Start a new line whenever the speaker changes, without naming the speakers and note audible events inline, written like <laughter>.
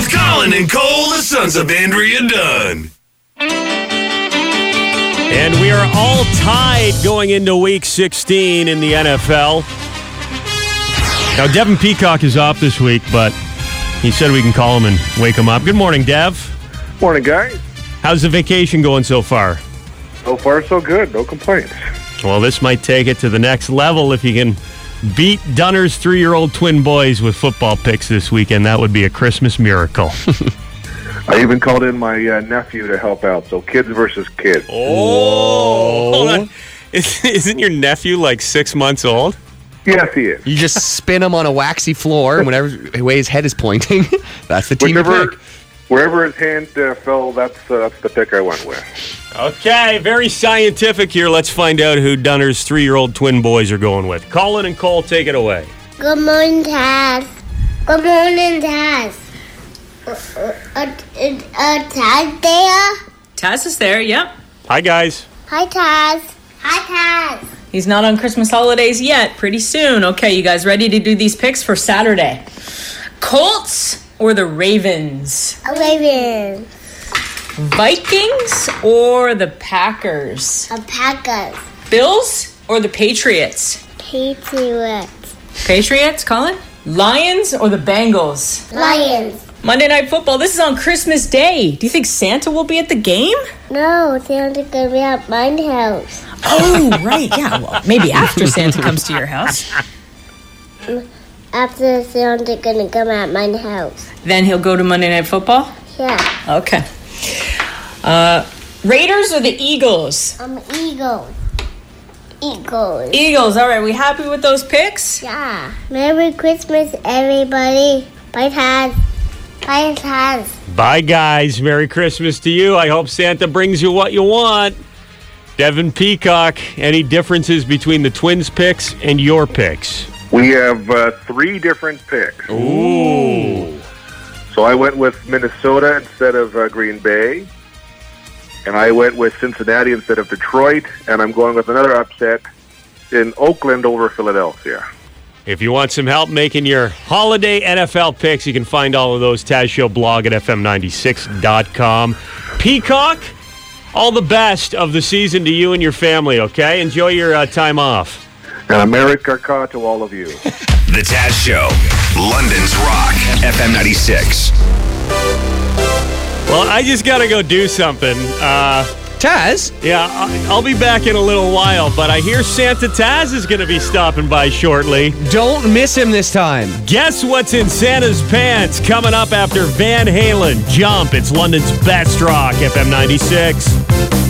and Cole, the sons of Andrea Dunn.
And we are all tied going into week 16 in the NFL. Now, Devin Peacock is off this week, but he said we can call him and wake him up. Good morning, Dev.
Morning, guys.
How's the vacation going so far?
So far, so good. No complaints.
Well, this might take it to the next level if you can beat Dunner's three year old twin boys with football picks this weekend. That would be a Christmas miracle.
I even called in my uh, nephew to help out. So kids versus kids.
<laughs>
Oh, hold on. Is, isn't your nephew like six months old?
Yes, he is.
You just spin him on a waxy floor, and whenever way his head is pointing, <laughs> that's the team you
Whichever,
pick.
wherever his hand uh, fell, that's uh, that's the pick I went with.
okay, very scientific here. Let's find out who Dunner's three year old twin boys are going with. Colin and Cole, take it away.
Good morning, Dad. Good morning, Dad. Uh, uh, uh, uh, Taz there?
Taz is there, yep.
Hi, guys.
Hi, Taz. Hi, Taz.
He's not on Christmas holidays yet. Pretty soon. Okay, you guys ready to do these picks for Saturday? Colts or the Ravens?
A raven.
Vikings or the Packers?
A Packers.
Bills or the Patriots?
Patriots.
Patriots, Colin? Lions or the Bengals?
Lions.
Monday Night Football, this is on Christmas Day. Do you think Santa will be at the game?
No, Santa gonna be at my house.
Oh, right, yeah. Well, maybe after Santa comes to your house.
After Santa gonna come at my house.
Then he'll go to Monday Night Football?
Yeah.
Okay. Uh, Raiders or the Eagles?
I'm eagles. Eagles.
Eagles. All right, we happy with those picks?
yeah. Merry Christmas, everybody. Bye, Taz. Bye, Taz.
Bye, guys. Merry Christmas to you. I hope Santa brings you what you want. Devin Peacock, any differences between the twins' picks and your picks?
We have uh, three different picks.
Ooh.
So I went with Minnesota instead of uh, Green Bay, and I went with Cincinnati instead of Detroit, and I'm going with another upset in Oakland over Philadelphia.
If you want some help making your holiday NFL picks, you can find all of those Taz Show blog at fm96.com. Peacock, all the best of the season to you and your family, okay? Enjoy your uh, time off.
And a Merry Kaka to all of you.
The Taz Show, London's Rock, FM 96.
Well, I just got to go do something. Uh,
Taz,
Yeah, I- I'll be back in a little while, but I hear Santa Taz is going to be stopping by shortly.
don't miss him this time.
Guess what's in Santa's pants coming up after Van Halen? Jump. It's London's best rock, FM 96.